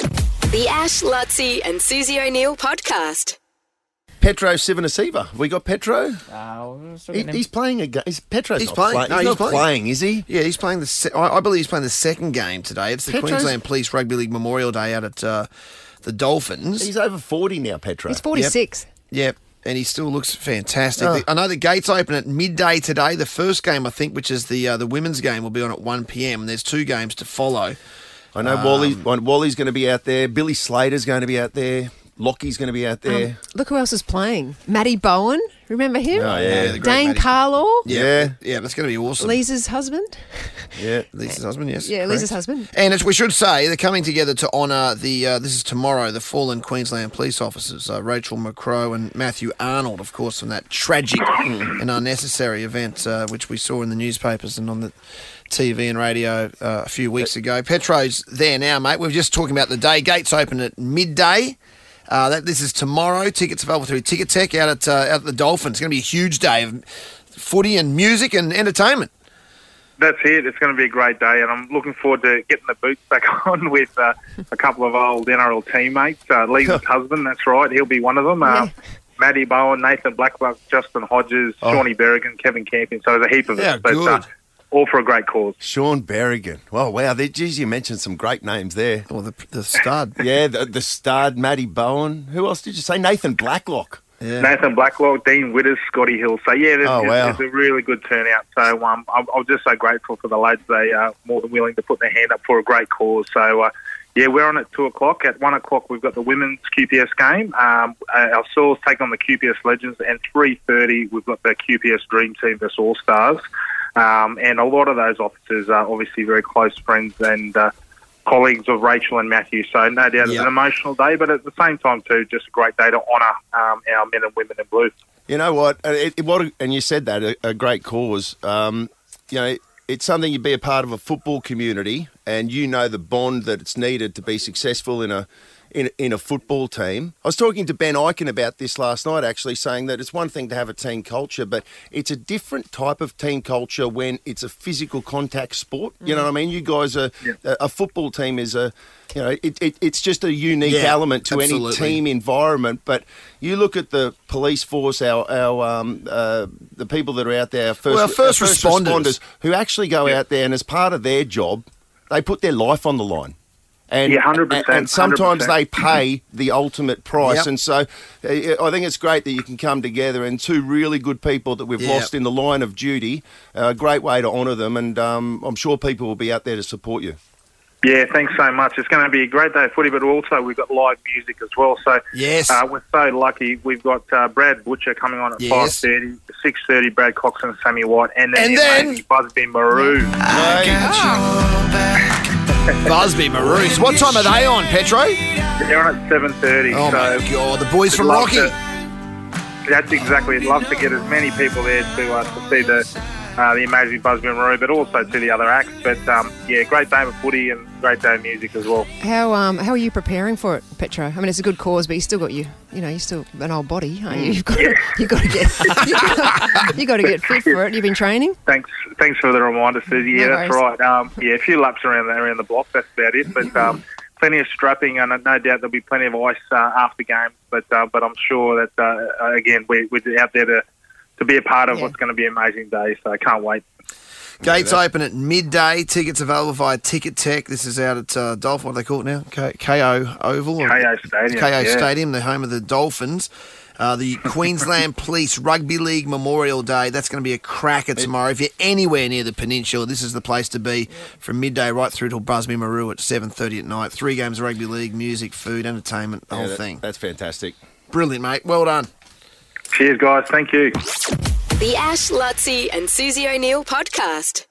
The Ash, Lutzi, and Susie O'Neill podcast. Petro Sivanasiva. We got Petro. He- he's playing a game. Is Petro? He's not playing. No, he's, He's not playing. playing. Is he? Yeah, he's playing the. Se- I, I believe he's playing the second game today. It's the Petro's- Queensland Police Rugby League Memorial Day out at uh, the Dolphins. He's over forty now, Petro. He's 46. Yep. And he still looks fantastic. Oh. I know the gates open at midday today. The first game, I think, which is the uh, the women's game, will be on at one pm. And there's two games to follow. I know Wally. Wally's going to be out there. Billy Slater's going to be out there. Lockie's going to be out there. Um, look who else is playing. Matty Bowen. Remember him? Oh, yeah, the great Dane Matty. Carlaw. Yeah. yeah, that's going to be awesome. Lisa's husband. yeah. Lisa's husband, yes. Yeah, Lisa's correct. husband. And it's, we should say they're coming together to honour the. Uh, this is tomorrow. The fallen Queensland police officers, uh, Rachel McCrow and Matthew Arnold, of course, from that tragic and unnecessary event uh, which we saw in the newspapers and on the TV and radio uh, a few weeks ago. Petro's there now, mate. We were just talking about the day. Gates open at midday. Uh, that this is tomorrow. Tickets available through Ticket Tech out at uh, out at the Dolphins. It's going to be a huge day of footy and music and entertainment. That's it. It's going to be a great day, and I'm looking forward to getting the boots back on with uh, a couple of old NRL teammates. Uh, Lee's husband, that's right. He'll be one of them. Uh, Matty Bowen, Nathan Blackbuck, Justin Hodges, Shawnee Berrigan, Kevin Campion. So there's a heap of Oh. Yeah, it. But Uh, good. all for a great cause. Sean Berrigan. Oh wow. There, geez, you mentioned some great names there. Or the the stud. Yeah. The, the starred Matty Bowen. Who else did you say? Nathan Blacklock. Nathan Blacklock, Dean Witters, Scotty Hill. So yeah, there's, Oh, it's, wow. it's a really good turnout. So um, I'm, I'm just so grateful for the lads. They are more than willing to put their hand up for a great cause. So uh, yeah, we're on at two o'clock. At one o'clock, we've got the women's QPS game. Um, uh, our Soils take on the QPS Legends, and three thirty, we've got the QPS Dream Team versus All Stars. Um, and a lot of those officers are obviously very close friends and. Uh, colleagues of Rachel and Matthew. So no doubt it's Yeah. an emotional day, but at the same time too, just a great day to honour um, our men and women in blue. You know what? And It, it, what a- and you said that a, a great cause. Um, you know, it's something you be a part of a football community, and you know the bond that it's needed to be successful in a in, a- in a football team. I was talking to Ben Eichen about this last night, actually, saying that it's one thing to have a team culture, but it's a different type of team culture when it's a physical contact sport. You know what I mean? You guys are a, a football team is a you know it, it, it's just a unique Yeah, element to any absolutely. team team environment. But you look at the police force, our our um, uh, the people that are out there, our first, Well, our first responders. who actually go out there and as part of their job, they put their life on the line. And, Yeah, 100%, and- And sometimes 100%. they pay the ultimate price. Yep. And so uh, I think it's great that you can come together and two really good people that we've Yep. lost in the line of duty. uh, A great way to honour them. And um, I'm sure people will be out there to support you. Yeah, thanks so much. It's going to be a great day of footy, but also we've got live music as well. So Yes. uh, we're so lucky. We've got uh, Brad Butcher coming on at Yes. five thirty, six thirty. Brad Cox and Sammy White, and then, And yeah, then- mate, Busby Maroon. Busby Maroons. What time are they on, Petro? They're on at seven thirty. Oh so my god, the boys we'd from love Rocky. to- that's exactly. I'd love to get as many people there to uh, to see the uh, the amazing Busby Maroon, but also to the other acts. But um, yeah, great day of footy and great day of music as well. How um how are you preparing for it, Petro? I mean, it's a good cause, but you still got you you know you're still an old body, aren't you? You've got to, you got to get you got, to get fit for it. You've been training. Thanks, thanks for the reminder, Susie. Yeah, No that's worries. right. Um, yeah, a few laps around the, around the block. That's about it. But um, plenty of strapping, and uh, no doubt there'll be plenty of ice uh, after games. But uh, but I'm sure that uh, again we, we're out there to to be a part of Yeah. what's going to be an amazing day. So I can't wait. Gates open at midday. Tickets available via Ticket Tech. This is out at uh, Dolphin. What do they call it now? K- KO Oval. or- KO Stadium, KO yeah. Stadium, the home of the Dolphins. Uh, the Queensland Police Rugby League Memorial Day. That's going to be a cracker tomorrow. If you're anywhere near the peninsula, this is the place to be from midday right through till Busby Maru at 7.30 at night. Three games of rugby league, music, food, entertainment, the Yeah, whole that- thing. That's fantastic. Brilliant, mate. Well done. Cheers, guys. Thank you. The Ash, Lutzi, and Susie O'Neill podcast.